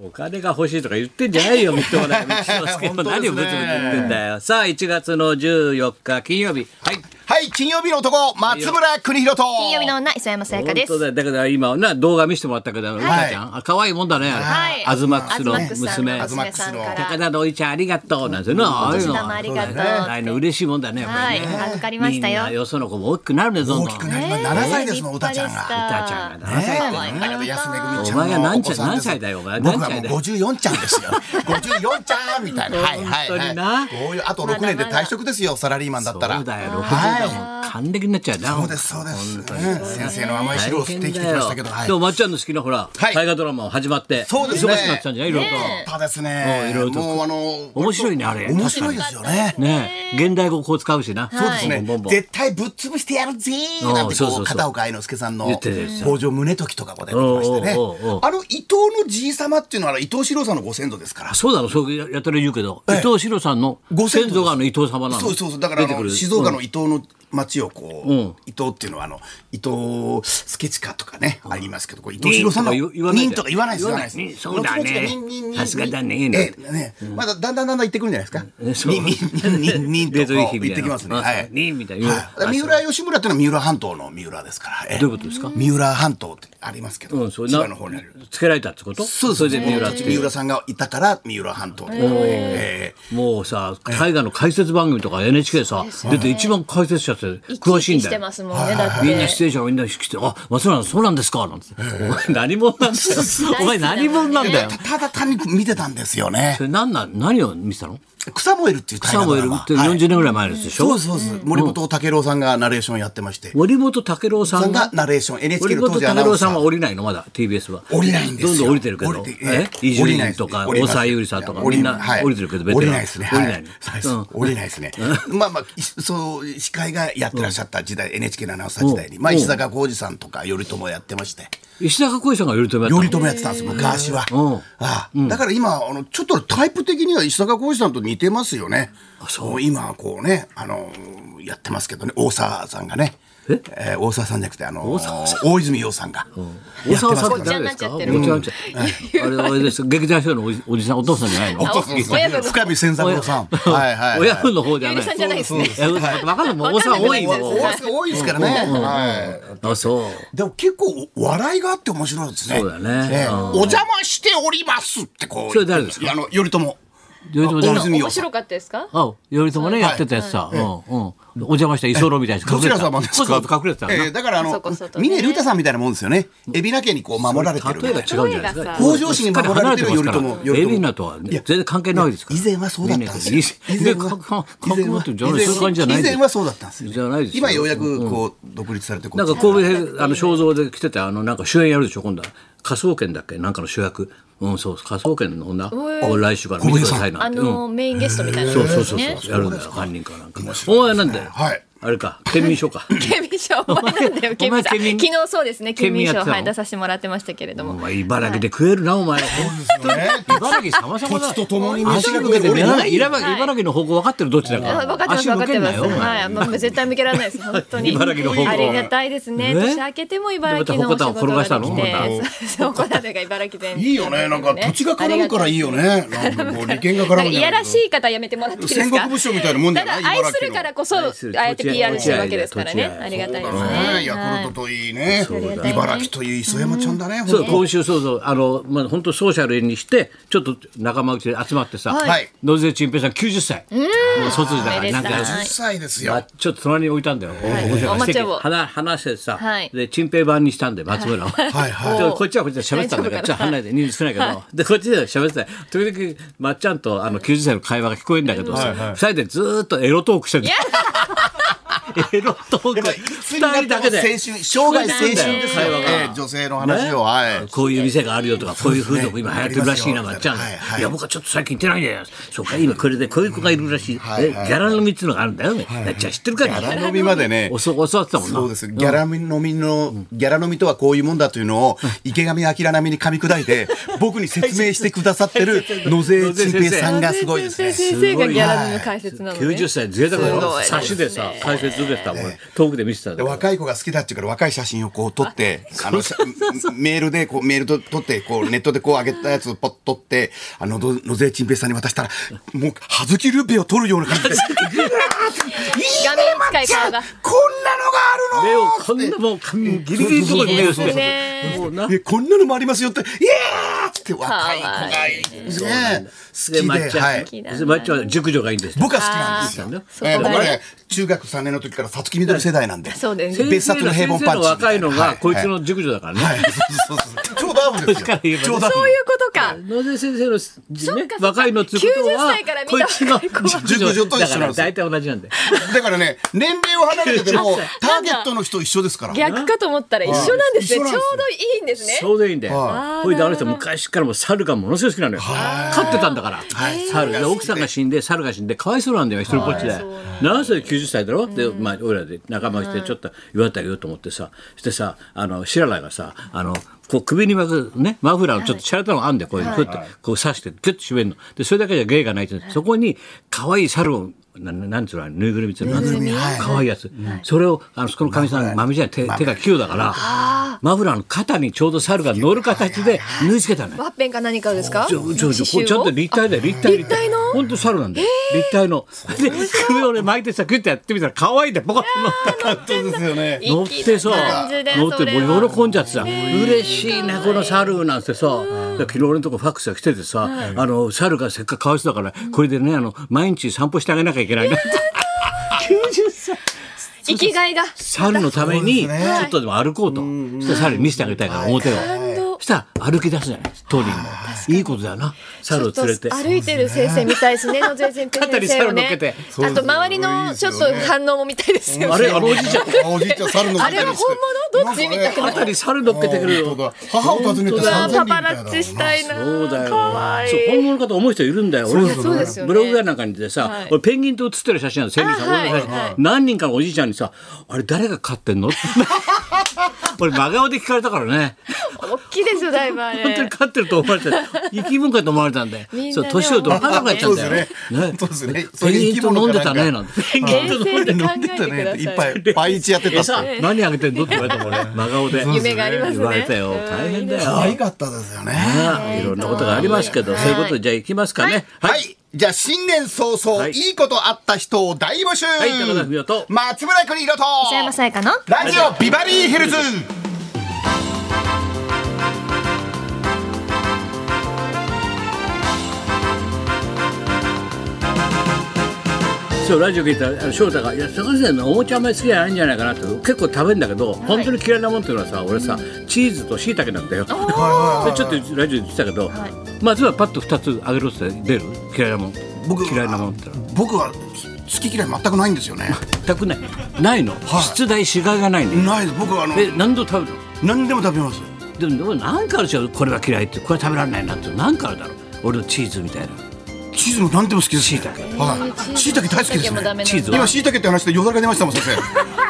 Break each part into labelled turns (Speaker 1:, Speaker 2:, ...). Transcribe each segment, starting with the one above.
Speaker 1: お金が欲しいとか言ってんじゃないよ、みっともない。道之助も
Speaker 2: 本当で
Speaker 1: 何を
Speaker 2: すね
Speaker 1: ブツブツ言ってんだよ。さあ、1月の14日金曜日。はい。
Speaker 2: はい、金曜日の男、松村邦弘と。
Speaker 3: 金曜日の女磯山さやかです
Speaker 1: 本当だよだから今、な、動画見せてもらったけど、うかちゃん。あ可愛いもんだね。
Speaker 3: はい
Speaker 1: アズマックスの
Speaker 3: さん
Speaker 1: 娘。
Speaker 2: アズマックス
Speaker 3: さん
Speaker 2: の
Speaker 3: か
Speaker 1: 高
Speaker 3: ら
Speaker 1: 田のおいちゃんありがとうなんていうのああいうの
Speaker 3: お年玉ありがとうって
Speaker 1: ああいうの嬉しいもんだねやっぱりね
Speaker 3: はい預かりましたよ
Speaker 1: みんなよその子も大きくなるねどんど
Speaker 2: 大
Speaker 1: ん
Speaker 2: き
Speaker 1: お
Speaker 2: く
Speaker 1: 前
Speaker 2: なりました。7歳ですもん、おたちゃん
Speaker 3: 立
Speaker 2: が。
Speaker 3: 派でした
Speaker 1: ちゃんがな
Speaker 2: ねえ、
Speaker 3: 可愛かった
Speaker 2: 安めぐみちゃんの
Speaker 1: お前が何ちゃん
Speaker 2: お子さで
Speaker 1: 何
Speaker 2: す
Speaker 1: 歳だよお前
Speaker 2: 僕
Speaker 1: 何
Speaker 2: は
Speaker 1: 歳
Speaker 2: もう
Speaker 1: だよ
Speaker 2: 54ちゃ んですよ。54ちゃんみたいな。はいは
Speaker 1: 本
Speaker 2: い
Speaker 1: 当
Speaker 2: は
Speaker 1: に
Speaker 2: い。
Speaker 1: な
Speaker 2: こういうあと6年で退職ですよ、サラリーマンだったら。
Speaker 1: そうだよ
Speaker 2: は
Speaker 1: 60
Speaker 2: い。
Speaker 1: だもん還暦になっちゃうな
Speaker 2: そうですそうです。うん先生の甘い汁を吸って生きてきましたけど、はい
Speaker 1: でもまっちゃんの好きなほら
Speaker 2: は
Speaker 1: 大
Speaker 2: い
Speaker 1: 河ドラマも始まって
Speaker 2: そうですね
Speaker 1: 忙しくなったんじゃないいろいろ
Speaker 3: ね
Speaker 2: ただです
Speaker 1: うんい
Speaker 2: ね
Speaker 1: ろいろ。と
Speaker 2: もうあの
Speaker 1: 面白いねあれ
Speaker 2: 面白いですよね。
Speaker 1: とね現代語こう使うしな
Speaker 3: そうです
Speaker 2: ですね
Speaker 1: ボンボンボン
Speaker 2: 絶対ぶっ潰してやるぜーなんて
Speaker 1: そうそう
Speaker 2: こ
Speaker 1: そう
Speaker 2: う片岡愛之助さんの
Speaker 1: 言ってた言ってた
Speaker 2: 北条宗時とかも出てきましてね
Speaker 1: おうおうおうおう
Speaker 2: あの伊藤のじい様っていうのはあの伊藤四郎さんのご先祖ですから
Speaker 1: あそうだろそうやったら言うけど伊
Speaker 2: ええ
Speaker 1: 藤四郎さんの
Speaker 2: ご先祖
Speaker 1: 先祖があの伊藤様なの
Speaker 2: そうそうそうだからあ
Speaker 1: 出てく
Speaker 2: の
Speaker 1: る
Speaker 2: 静岡の伊東の町をこう、
Speaker 1: うん
Speaker 2: 伊東っていうのはあの伊東スケチカとかね、ありますけどこう伊藤四郎さんの
Speaker 1: ニンとか言わないで
Speaker 2: ニンとか言わないです
Speaker 1: 言わない
Speaker 2: です
Speaker 1: そうだね
Speaker 2: 後々がニンニンニン
Speaker 1: さすがだね
Speaker 2: ええねまだだんだんだんだん言ってくるんじゃない
Speaker 1: え
Speaker 2: です
Speaker 1: そ
Speaker 2: か
Speaker 1: う
Speaker 2: ニンニンニンニンと
Speaker 1: 冷蔵
Speaker 2: こ
Speaker 1: 品
Speaker 2: う
Speaker 1: み
Speaker 2: 言
Speaker 1: たいな
Speaker 2: ってきますね
Speaker 1: あ
Speaker 2: は
Speaker 1: そ
Speaker 2: いう
Speaker 1: ニンみたいな
Speaker 2: はいだから三浦義村っていうのは三浦半島の三浦ですから、ええ
Speaker 1: どういうことですか
Speaker 2: 三浦半島ってありますけど、
Speaker 1: うんそれ
Speaker 2: 千
Speaker 1: な
Speaker 2: 葉の方にある
Speaker 1: つけられたってこと
Speaker 2: そうです
Speaker 1: れで三浦って
Speaker 2: 三浦さんがいたから三浦半島で、ええ
Speaker 1: もうさ大河の解説番組とか NHK さ出て一番解説者って詳しいん
Speaker 3: 生き生きし
Speaker 1: だ
Speaker 3: て
Speaker 1: よ
Speaker 3: ますもんねだって
Speaker 1: みんな出演者がみんな来て「あ松村さんそうなんですか」なんて「お前何者なんだよお前何者なんだよ
Speaker 2: た」ただ単に見てたんですよね
Speaker 1: そ。れ何なん何を見てたの
Speaker 2: 草燃えるっていう大
Speaker 1: 草
Speaker 2: 河ド
Speaker 1: 燃え
Speaker 2: ラ
Speaker 1: る
Speaker 2: マ
Speaker 1: って
Speaker 2: はい
Speaker 1: 40年ぐらい前のやつでしょ、
Speaker 2: そうそうそう森本武郎さんがナレーションやってまして、
Speaker 1: 森本武郎さ
Speaker 2: さ
Speaker 1: ん
Speaker 2: んが
Speaker 1: が
Speaker 2: ナレーション NHK
Speaker 1: 森
Speaker 2: の当
Speaker 1: 本
Speaker 2: 時アナ
Speaker 1: 武
Speaker 2: ウ
Speaker 1: 郎
Speaker 2: ンサ
Speaker 1: さんは
Speaker 2: ー
Speaker 1: 降りないのまだ TBS は
Speaker 2: 降りないんですよ
Speaker 1: どんどん降りてるけど
Speaker 2: 降りて
Speaker 1: え
Speaker 2: え
Speaker 1: 伊
Speaker 2: 降
Speaker 1: 集
Speaker 2: りない
Speaker 1: 院
Speaker 2: です
Speaker 1: とか
Speaker 2: 降り
Speaker 1: 大
Speaker 2: ます
Speaker 1: 沢優里さんとか
Speaker 2: 降り
Speaker 1: みんな
Speaker 2: はい
Speaker 1: 降りてるけど
Speaker 2: 降りないですね
Speaker 1: 降りないの
Speaker 2: はい
Speaker 1: うん
Speaker 2: 降りないですねまあまあいそう司会がやってらっしゃった時代 NHK のアナウンサー時代にまあ
Speaker 1: うん
Speaker 2: 石坂浩二さんとか頼朝やってまして
Speaker 1: 石坂浩二さんが頼朝やったの
Speaker 2: 頼朝やってたんです昔は
Speaker 1: うん
Speaker 2: ああだから今あのちょっとタイプ的には石坂浩二さんと似てますよねそう今はこうねあのやってますけどね大沢さんがね
Speaker 1: え
Speaker 2: えー大沢さんじゃなくてあの大泉洋さんが
Speaker 1: 大沢さんって
Speaker 3: やって
Speaker 1: 誰で
Speaker 3: ますす
Speaker 1: か
Speaker 3: か
Speaker 1: ご
Speaker 3: ご
Speaker 1: ち
Speaker 3: ち
Speaker 1: ゃ
Speaker 3: ゃ
Speaker 1: ご
Speaker 3: ご
Speaker 1: ち
Speaker 3: ち
Speaker 1: ゃ
Speaker 3: ゃ
Speaker 1: あれあれです劇団四季のおじおじさんお父さんじゃないの
Speaker 2: そうそうそう
Speaker 3: 親分の
Speaker 2: 深見千三郎さん。はいはい。
Speaker 1: 親分の方じゃない
Speaker 3: ゆりさんじゃないですね
Speaker 1: いやわかるもん大沢多いもん
Speaker 3: わ
Speaker 2: 多い
Speaker 3: かん
Speaker 2: です多いですからね。は
Speaker 1: あそう
Speaker 2: い。でも結構笑いがあって面白いですね。
Speaker 1: そうだね
Speaker 2: ええ
Speaker 1: う
Speaker 2: お邪魔しておりますってこう。
Speaker 1: それ誰ですか
Speaker 2: いやあの頼朝。
Speaker 1: 頼朝じゃない
Speaker 2: 大泉洋
Speaker 3: 面
Speaker 2: さん
Speaker 3: 白。かったですか
Speaker 1: あ頼朝ねやってたやつさうんうんお邪魔した居候みたいなやつ
Speaker 2: どちら様ですか。
Speaker 1: 隠れてた
Speaker 2: え
Speaker 1: な
Speaker 2: えだからあ
Speaker 3: そ
Speaker 2: の
Speaker 3: こそこね
Speaker 2: 峰竜太さんみたいなもんですよね。海老名家にこう守られてる。
Speaker 1: 例えば違うんじゃないですか。
Speaker 2: 北条氏に守られてる頼朝頼朝
Speaker 1: エビナとは全然関係ないですから。
Speaker 2: 以前はそうだったんですよ。
Speaker 1: 以前は関係ないってじゃないそういう感じじゃない
Speaker 2: 以
Speaker 1: です
Speaker 2: 前はそうだったんですよね。
Speaker 1: じゃないですよ
Speaker 2: 今ようやくこう独立されてこ
Speaker 1: な
Speaker 2: う
Speaker 1: んか神戸であの肖像で来ててあのなんか主演やるでしょ今度は科捜研だっけなんかの主役うんそう科捜研の女を来週から見てくださいな
Speaker 3: あ
Speaker 1: んてうん
Speaker 3: のメインゲストみたいな
Speaker 1: そうそうそう
Speaker 3: ね
Speaker 1: そうやるんだよ犯人かなんかお前なんだよ
Speaker 2: はい
Speaker 1: あれか県民賞か
Speaker 3: ケミ賞お前なんだよ
Speaker 1: お
Speaker 3: ケ
Speaker 1: 前
Speaker 3: ミさん
Speaker 1: ケミ
Speaker 3: 昨日そうですねケミ
Speaker 1: ケミやっ
Speaker 3: 賞
Speaker 1: てたの
Speaker 3: はい出させてもらってましたけれど
Speaker 1: お
Speaker 3: も
Speaker 1: 前茨城で食えるなお前茨城様々だ
Speaker 2: 土地と共に
Speaker 1: 足が抜けてね茨城茨城の方向分かってるどっちだか
Speaker 3: あ
Speaker 1: ら
Speaker 3: 分かってます
Speaker 1: 足
Speaker 3: 分か
Speaker 1: 向
Speaker 3: っ
Speaker 1: け
Speaker 3: て
Speaker 1: ん
Speaker 3: ま
Speaker 1: な
Speaker 3: す
Speaker 1: よお前
Speaker 3: はいまあ絶対向けられないです本当に
Speaker 1: 茨城の方向
Speaker 3: ありがたいですね
Speaker 1: ね
Speaker 3: 年明けても茨城
Speaker 1: でま
Speaker 3: のお仕
Speaker 1: た
Speaker 3: 事ができて
Speaker 1: 鉾田を転がしたの
Speaker 3: そう鉾田というか茨城全
Speaker 2: いいよね。なんか土地が絡むからいいよね。なんかこう利権が絡むじゃなんい
Speaker 3: なか
Speaker 2: けど
Speaker 3: いやらしい方やめてもらっていいですか
Speaker 2: 戦国武将みたいなもんじゃない
Speaker 3: ただ愛するからこそあ
Speaker 1: 愛する
Speaker 3: あやって PR してるわけですからね
Speaker 1: 土地愛
Speaker 3: ありがたいです
Speaker 2: ね
Speaker 3: ね
Speaker 2: えヤクルトといいね、
Speaker 3: だね
Speaker 2: 茨城という磯山ちゃんだね、
Speaker 1: そう
Speaker 2: 本
Speaker 1: 今週そうそうあのまあ本当ソーシャルにしてちょっと仲間内で集まってさ、
Speaker 2: はい
Speaker 1: 野添陳平さん90歳もう卒だか
Speaker 3: お
Speaker 1: ら
Speaker 3: めで
Speaker 1: な
Speaker 3: た
Speaker 1: ん
Speaker 3: い
Speaker 1: か
Speaker 2: 当10歳ですよ、
Speaker 1: まあちょっと隣に置いたんだよ、
Speaker 3: い
Speaker 1: 面白
Speaker 3: お抹茶を
Speaker 1: 話話してさ、
Speaker 3: はい
Speaker 1: で陳平版にしたんで松村を、
Speaker 2: はいはい
Speaker 1: でこっちはこっちで喋ってたんだけど
Speaker 3: 大丈夫かな
Speaker 1: ちょっと離れて入手してないけど、でこっちで喋ってた時々まっちゃんとあの90歳の会話が聞こえるんだけどさ、二人でずーっとエロトークしてるエロトーク
Speaker 2: にな
Speaker 1: 二
Speaker 2: って
Speaker 1: 人
Speaker 2: も
Speaker 1: だけで
Speaker 2: 青春生涯青春ですよ
Speaker 1: 会話が
Speaker 2: ええ女性の話を、はい
Speaker 1: こういう店があるよとか、こういう風俗今流行ってるらしいな、
Speaker 2: そう
Speaker 1: まっ
Speaker 2: です
Speaker 1: ち
Speaker 2: ね
Speaker 1: ゃん。
Speaker 2: はいはい
Speaker 1: いや、僕はちょっと最近行ってないんだよ。そうか、今これでこういう子がいるらしい。
Speaker 2: はい
Speaker 1: えギ
Speaker 2: はい
Speaker 1: ャラ飲みっていうのがあるんだよ。なっちゃん知ってるか
Speaker 2: ギ
Speaker 1: ら。
Speaker 2: ャラ飲みまでね
Speaker 1: おそ教わってたもんな。
Speaker 2: そうですギャラ飲みのギャラ飲みとはこういうもんだというのを池上彰並みに噛み砕いて僕に説明してくださっ てる野瀬陳平さんがすごいですね
Speaker 3: 先生がギャラの解説なのね
Speaker 1: 90歳贅沢だ
Speaker 3: す
Speaker 1: ろ
Speaker 3: ごいです
Speaker 1: 差
Speaker 3: ね
Speaker 1: しでさ解説でしたもん、遠くで見せてたん
Speaker 2: で
Speaker 1: だけど
Speaker 2: 若い子が好きだっていうから若い写真をこう撮ってあのメールでこうメールと撮ってこうネットでこう上げたやつをポッと撮ってあのど野添陳平さんに渡したらもう葉月ルーペを撮るような感じでぐわーっていい
Speaker 3: 画
Speaker 2: ね
Speaker 3: 面
Speaker 2: ま
Speaker 3: 使
Speaker 2: っ
Speaker 3: い
Speaker 2: ちゃ
Speaker 3: 方
Speaker 2: ん
Speaker 3: が
Speaker 2: こんな
Speaker 1: 目
Speaker 2: の
Speaker 1: を
Speaker 2: があるの
Speaker 1: こんなもう髪ギリギリのところに目をし
Speaker 3: そうです
Speaker 1: て
Speaker 3: ね
Speaker 1: もうな
Speaker 2: えこんなのもありますよって、いやーって若い子
Speaker 3: か
Speaker 2: が
Speaker 3: わ
Speaker 2: いい
Speaker 1: で
Speaker 2: ね。好き
Speaker 1: 抹
Speaker 2: で、
Speaker 1: 茶
Speaker 2: はい。
Speaker 3: きだな
Speaker 1: で抹茶は熟女がいいんですよ
Speaker 2: 僕は好きなんですよ。
Speaker 3: あ
Speaker 2: え
Speaker 3: ー
Speaker 2: ー
Speaker 3: そうだ
Speaker 2: 僕
Speaker 3: ね
Speaker 2: はね、中学3年の時からさつきみどり世代なんで。
Speaker 3: そうですね
Speaker 2: 別冊の平凡パンチ。
Speaker 1: 先生の若いのがこいつ
Speaker 2: は
Speaker 1: の熟女だからね、
Speaker 2: はいはい、 そうそうそうそう。ちょうど合うんです
Speaker 1: から言え
Speaker 2: よ。
Speaker 1: ば
Speaker 2: ちょうど合
Speaker 3: そういうことか。
Speaker 1: 野添先生のす、
Speaker 3: っ
Speaker 1: ね
Speaker 3: かそっ、か
Speaker 1: 若いのってこと
Speaker 3: 90
Speaker 1: は
Speaker 3: 歳から見た
Speaker 1: こいつの
Speaker 3: 若い子は
Speaker 1: 熟女
Speaker 2: 熟女と一
Speaker 1: だ
Speaker 2: 緒な
Speaker 1: か
Speaker 2: ん
Speaker 1: ら
Speaker 2: ですよ
Speaker 1: 大体同じなんで
Speaker 2: だからね、年齢を離れてても、 ターゲットの人一緒ですから。
Speaker 3: 逆かと思ったら一緒なんです
Speaker 2: 一
Speaker 3: ね。ち
Speaker 2: 緒
Speaker 3: ょ
Speaker 2: なん
Speaker 3: う
Speaker 2: ですよ
Speaker 3: どいいんですね
Speaker 1: ち。ょうどいいんで
Speaker 2: は
Speaker 1: ほいであの人昔からもう猿がものすごい好きなのよ飼ってたんだから猿で奥さんが死んで猿が死んでかわいそうなんだよ一人ぼっちで7歳で90歳だろでまあ俺らで仲間してちょっと言われたよと思ってさしてさあの知らないがさあのこう首に巻くねマフラーのちょっとしゃれたのがあんでこういうのこうやってこう刺してギュッと締めるのでそれだけじゃ芸がないって言うんですそこに可愛い猿をなななんつうのあれぬいぐるみっていうの
Speaker 2: ぬいぐるみはい
Speaker 1: 可愛いやつそれをあのそこのかみさんまみじゃない手手が器用だからマフラーの肩にちょうど猿が乗る形で縫い付けたのよ
Speaker 3: ワッペンか何かですか？
Speaker 1: ちょちょちょこうちゃんと立体だよ立体立体の本当猿なんだよ立体ので首をね巻いてさグッてやってみたら可愛いんだよポコッと乗った
Speaker 2: 本当ですよね。
Speaker 1: 乗ってさ乗ってもう喜んじゃってさ嬉しいねこの猿なんてさだから昨日俺のとこファックスが来ててさあの猿がせっかくかわいそうだからこれでねあの毎日散歩してあげなきゃいけないなって
Speaker 3: 生きがいが。
Speaker 1: 猿のために
Speaker 2: そ
Speaker 1: ち
Speaker 2: うです
Speaker 1: ょっとでも歩こうとそしたら猿に見せてあげたいから表をそしたら歩き出すじゃない当人もいいことだよな
Speaker 3: ち
Speaker 1: 猿
Speaker 3: ょ
Speaker 1: を
Speaker 3: っと
Speaker 1: 連れて
Speaker 3: 歩いてる先生みた いですね。野添先
Speaker 1: 肩に
Speaker 3: 生
Speaker 1: 猿
Speaker 3: を
Speaker 1: 乗っけて
Speaker 3: ね。あと周りのちょっと反応も見たいですよ
Speaker 1: あ
Speaker 3: ね。
Speaker 1: れあのおじいちゃん
Speaker 2: ん。おじいちゃん、猿の
Speaker 3: あれは本物どっちみたいな。
Speaker 1: 肩に猿乗っけてくるよ
Speaker 2: 母を訪ねて
Speaker 3: うわ
Speaker 2: 三千人み
Speaker 3: パパ
Speaker 2: たい
Speaker 3: ラ
Speaker 2: な
Speaker 3: ッチしたいな。
Speaker 1: そうだよ
Speaker 3: 可愛い
Speaker 1: そう本物かと思う人いるんだよ俺
Speaker 3: そうですよね
Speaker 1: ブログやなんかにでさ、
Speaker 3: はい
Speaker 1: 俺ペンギンと写ってる写真なんですよ千里さん
Speaker 3: あ
Speaker 1: 俺の写真、
Speaker 3: はいは
Speaker 1: 何人かのおじいちゃんにさあれ誰が飼ってんのって 俺真顔で聞かれたからね
Speaker 3: 大きいですよだいぶあれ。
Speaker 1: 本当に飼ってると思われて 生き物かと思われたんで
Speaker 3: みんなね
Speaker 1: そう年をと分からなくなっちゃうんだよね
Speaker 2: そうですねそうですね
Speaker 1: ペンギンと飲んでたねなんてペンギン
Speaker 3: 冷静に考えてください。
Speaker 2: いっぱい、パイチやってたって
Speaker 1: 餌何あげてんのって言われたもんね真顔で
Speaker 3: 夢がありますね
Speaker 1: 言われたよ大変だよ
Speaker 2: 可愛かったですよね。
Speaker 1: いろんなことがありますけど、
Speaker 3: はい
Speaker 1: そういうことでじゃあ行きますかね。
Speaker 2: は
Speaker 1: はい。
Speaker 2: い。じゃあ、新年早々、
Speaker 1: はい
Speaker 2: い、いことあった人を大募集、
Speaker 1: い高田文夫と
Speaker 2: 松村邦洋と
Speaker 3: 磯山さやかの。
Speaker 2: ラジオビバリーヒルズ
Speaker 1: そう、ラジオ聞いたら、あの翔太が、いや、高橋さんのお餅あんまり好きじゃないんじゃないかなと、結構食べんだけど、本当に嫌いなもんっていうのはさ、俺さ、チーズと椎茸なんだよ。で、ちょっとラジオで言ってたけど、まずはパッと二つあげろって出る嫌いなもん。
Speaker 2: 僕
Speaker 1: 嫌いなもんってのは
Speaker 2: 僕は好き嫌い全くないんです よね。
Speaker 1: 全くない。ないの。
Speaker 2: い
Speaker 1: 出題しがいがないの。
Speaker 2: ないです。僕はあの、
Speaker 1: え、何度食べるの
Speaker 2: 何でも食べます。
Speaker 1: でもでもなんかあるでしょこれは嫌いってこれは食べられないなってなんかあるだろう俺のチーズみたいな
Speaker 2: チーズも何でも好きです。
Speaker 1: 椎茸
Speaker 2: はい。椎茸大好きです
Speaker 3: も
Speaker 2: ね。
Speaker 3: ダメなんだ
Speaker 1: チーズは
Speaker 2: 今椎茸って話でよだれが出ましたもん先 生。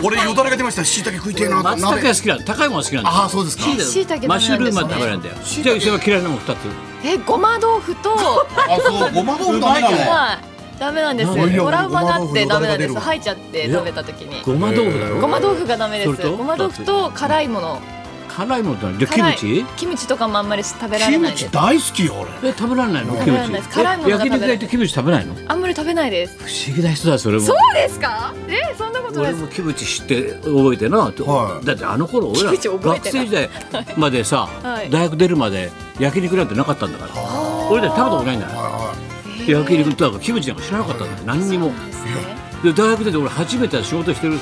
Speaker 2: 俺よだれが出ました。椎茸食いてえなと
Speaker 1: 松茸が好きなんだ高いもの好きなんだ
Speaker 2: ああそうですか
Speaker 1: 椎
Speaker 3: 椎茸
Speaker 1: 茸
Speaker 3: ダ
Speaker 1: マッ
Speaker 3: メ
Speaker 1: シ
Speaker 3: な
Speaker 1: ュ
Speaker 3: んで
Speaker 1: ルー
Speaker 3: す
Speaker 1: ム
Speaker 3: ね
Speaker 1: は食べられんだよじゃあ一緒は嫌いなもん二つ
Speaker 3: えごま豆腐と。
Speaker 2: あそうごま豆腐ダメなの。
Speaker 3: はい。ダメなんです。
Speaker 1: なん
Speaker 2: で
Speaker 3: トラウマがあってダメなんで
Speaker 2: ご
Speaker 3: す。
Speaker 2: ま豆腐
Speaker 3: 吐いちゃって食べた時に。
Speaker 1: ごま豆腐だ
Speaker 3: ご
Speaker 1: ろ
Speaker 3: ま豆腐がダメで
Speaker 1: そ
Speaker 3: す。
Speaker 1: れと
Speaker 3: ごま豆腐と辛いもの。
Speaker 1: 辛いものって何じゃ
Speaker 3: 辛
Speaker 1: あ
Speaker 3: い
Speaker 1: キムチ
Speaker 3: キムチとかもあんまり食べら
Speaker 2: キ
Speaker 3: れな
Speaker 2: ム
Speaker 3: いで
Speaker 2: チ
Speaker 3: す。
Speaker 2: 大好きよ俺。
Speaker 1: え食べられないの
Speaker 3: 食
Speaker 1: キ
Speaker 3: べ
Speaker 1: ム
Speaker 3: られ
Speaker 1: チ
Speaker 3: ないです辛いもの
Speaker 1: え
Speaker 3: が食
Speaker 1: 焼肉
Speaker 3: べられない
Speaker 1: 焼いてキムチ食べないの不
Speaker 3: あんまり食べないです。
Speaker 1: 思議な人だそれも
Speaker 3: そうですか？えそんなことな
Speaker 1: 俺
Speaker 3: いです。
Speaker 1: もキムチ知って覚えてな、
Speaker 2: はい
Speaker 1: だってあの頃俺ら
Speaker 3: キムチ覚
Speaker 1: 学
Speaker 3: えて
Speaker 1: 生
Speaker 3: ない
Speaker 1: 時代までさ、
Speaker 3: はい
Speaker 1: 大学出るまで焼肉なんてなかったんだから俺ら食べたことないんだよ
Speaker 2: は
Speaker 1: 焼肉とかキムチなんか知らなかったんだよ何にも
Speaker 3: そうですね
Speaker 1: で大学出て俺初めて仕事してる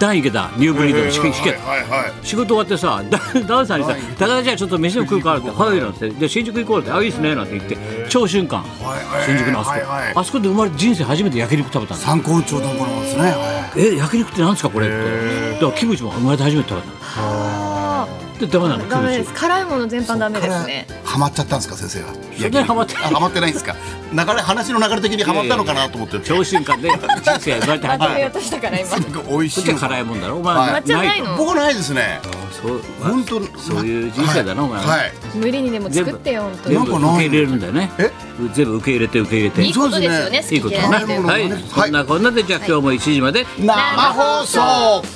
Speaker 1: 段池田ニューブリードの
Speaker 2: い
Speaker 1: 仕
Speaker 2: はい。
Speaker 1: 引け
Speaker 2: はいはい。
Speaker 1: 仕事終わってさダダンさんにさ「高田ちゃんちょっと飯でも食うから」って「はい」なんて「で新宿行こう」って「あいいっすね」なんて言って超瞬間
Speaker 2: はい
Speaker 1: 新宿のあそこ、
Speaker 2: はいはい
Speaker 1: あそこで生まれ人生初めて焼肉食べたんだ
Speaker 2: 参考帳のものですね。はい
Speaker 1: え焼肉ってなんですかこれってだからキムチも生まれて初めて食べた
Speaker 3: あ
Speaker 1: ってダメなの
Speaker 3: ダ
Speaker 1: キム
Speaker 3: メ
Speaker 1: チ
Speaker 3: です。辛いもの全般ダメですね
Speaker 2: そ。っからハマっちゃったんですか先生はそ
Speaker 1: そんなにハマってない
Speaker 2: ハマってないんですか流れ話の流れ的にハマったのかなと思って
Speaker 1: 超新感で人生どうやって
Speaker 3: ま
Speaker 1: 始
Speaker 3: と
Speaker 1: め
Speaker 3: め
Speaker 1: る
Speaker 3: ようとしたから今。
Speaker 2: すごく美味し
Speaker 1: そっ
Speaker 2: い
Speaker 1: ち
Speaker 2: の
Speaker 1: は辛いもんだろお前
Speaker 2: はい
Speaker 1: な
Speaker 3: 抹茶ないいの
Speaker 2: 僕ないですね
Speaker 1: そう
Speaker 2: 本当に
Speaker 1: そういう人生だなお前
Speaker 2: はい
Speaker 3: 無理にでも作ってよ本当
Speaker 1: 全
Speaker 2: なん
Speaker 1: 部
Speaker 2: か
Speaker 1: 受
Speaker 2: ない
Speaker 1: け入れるんだよね
Speaker 2: え
Speaker 1: 全部受け入れて受け入れて
Speaker 3: いいことですよね。
Speaker 1: いい
Speaker 3: 好
Speaker 1: こ
Speaker 3: き
Speaker 1: と
Speaker 3: 嫌
Speaker 1: だ
Speaker 3: いな
Speaker 1: ね
Speaker 3: んて。
Speaker 2: な
Speaker 1: は
Speaker 2: るほど
Speaker 1: い
Speaker 2: ね
Speaker 1: そんなこんなでじゃあ今日も1時まで
Speaker 2: 生放送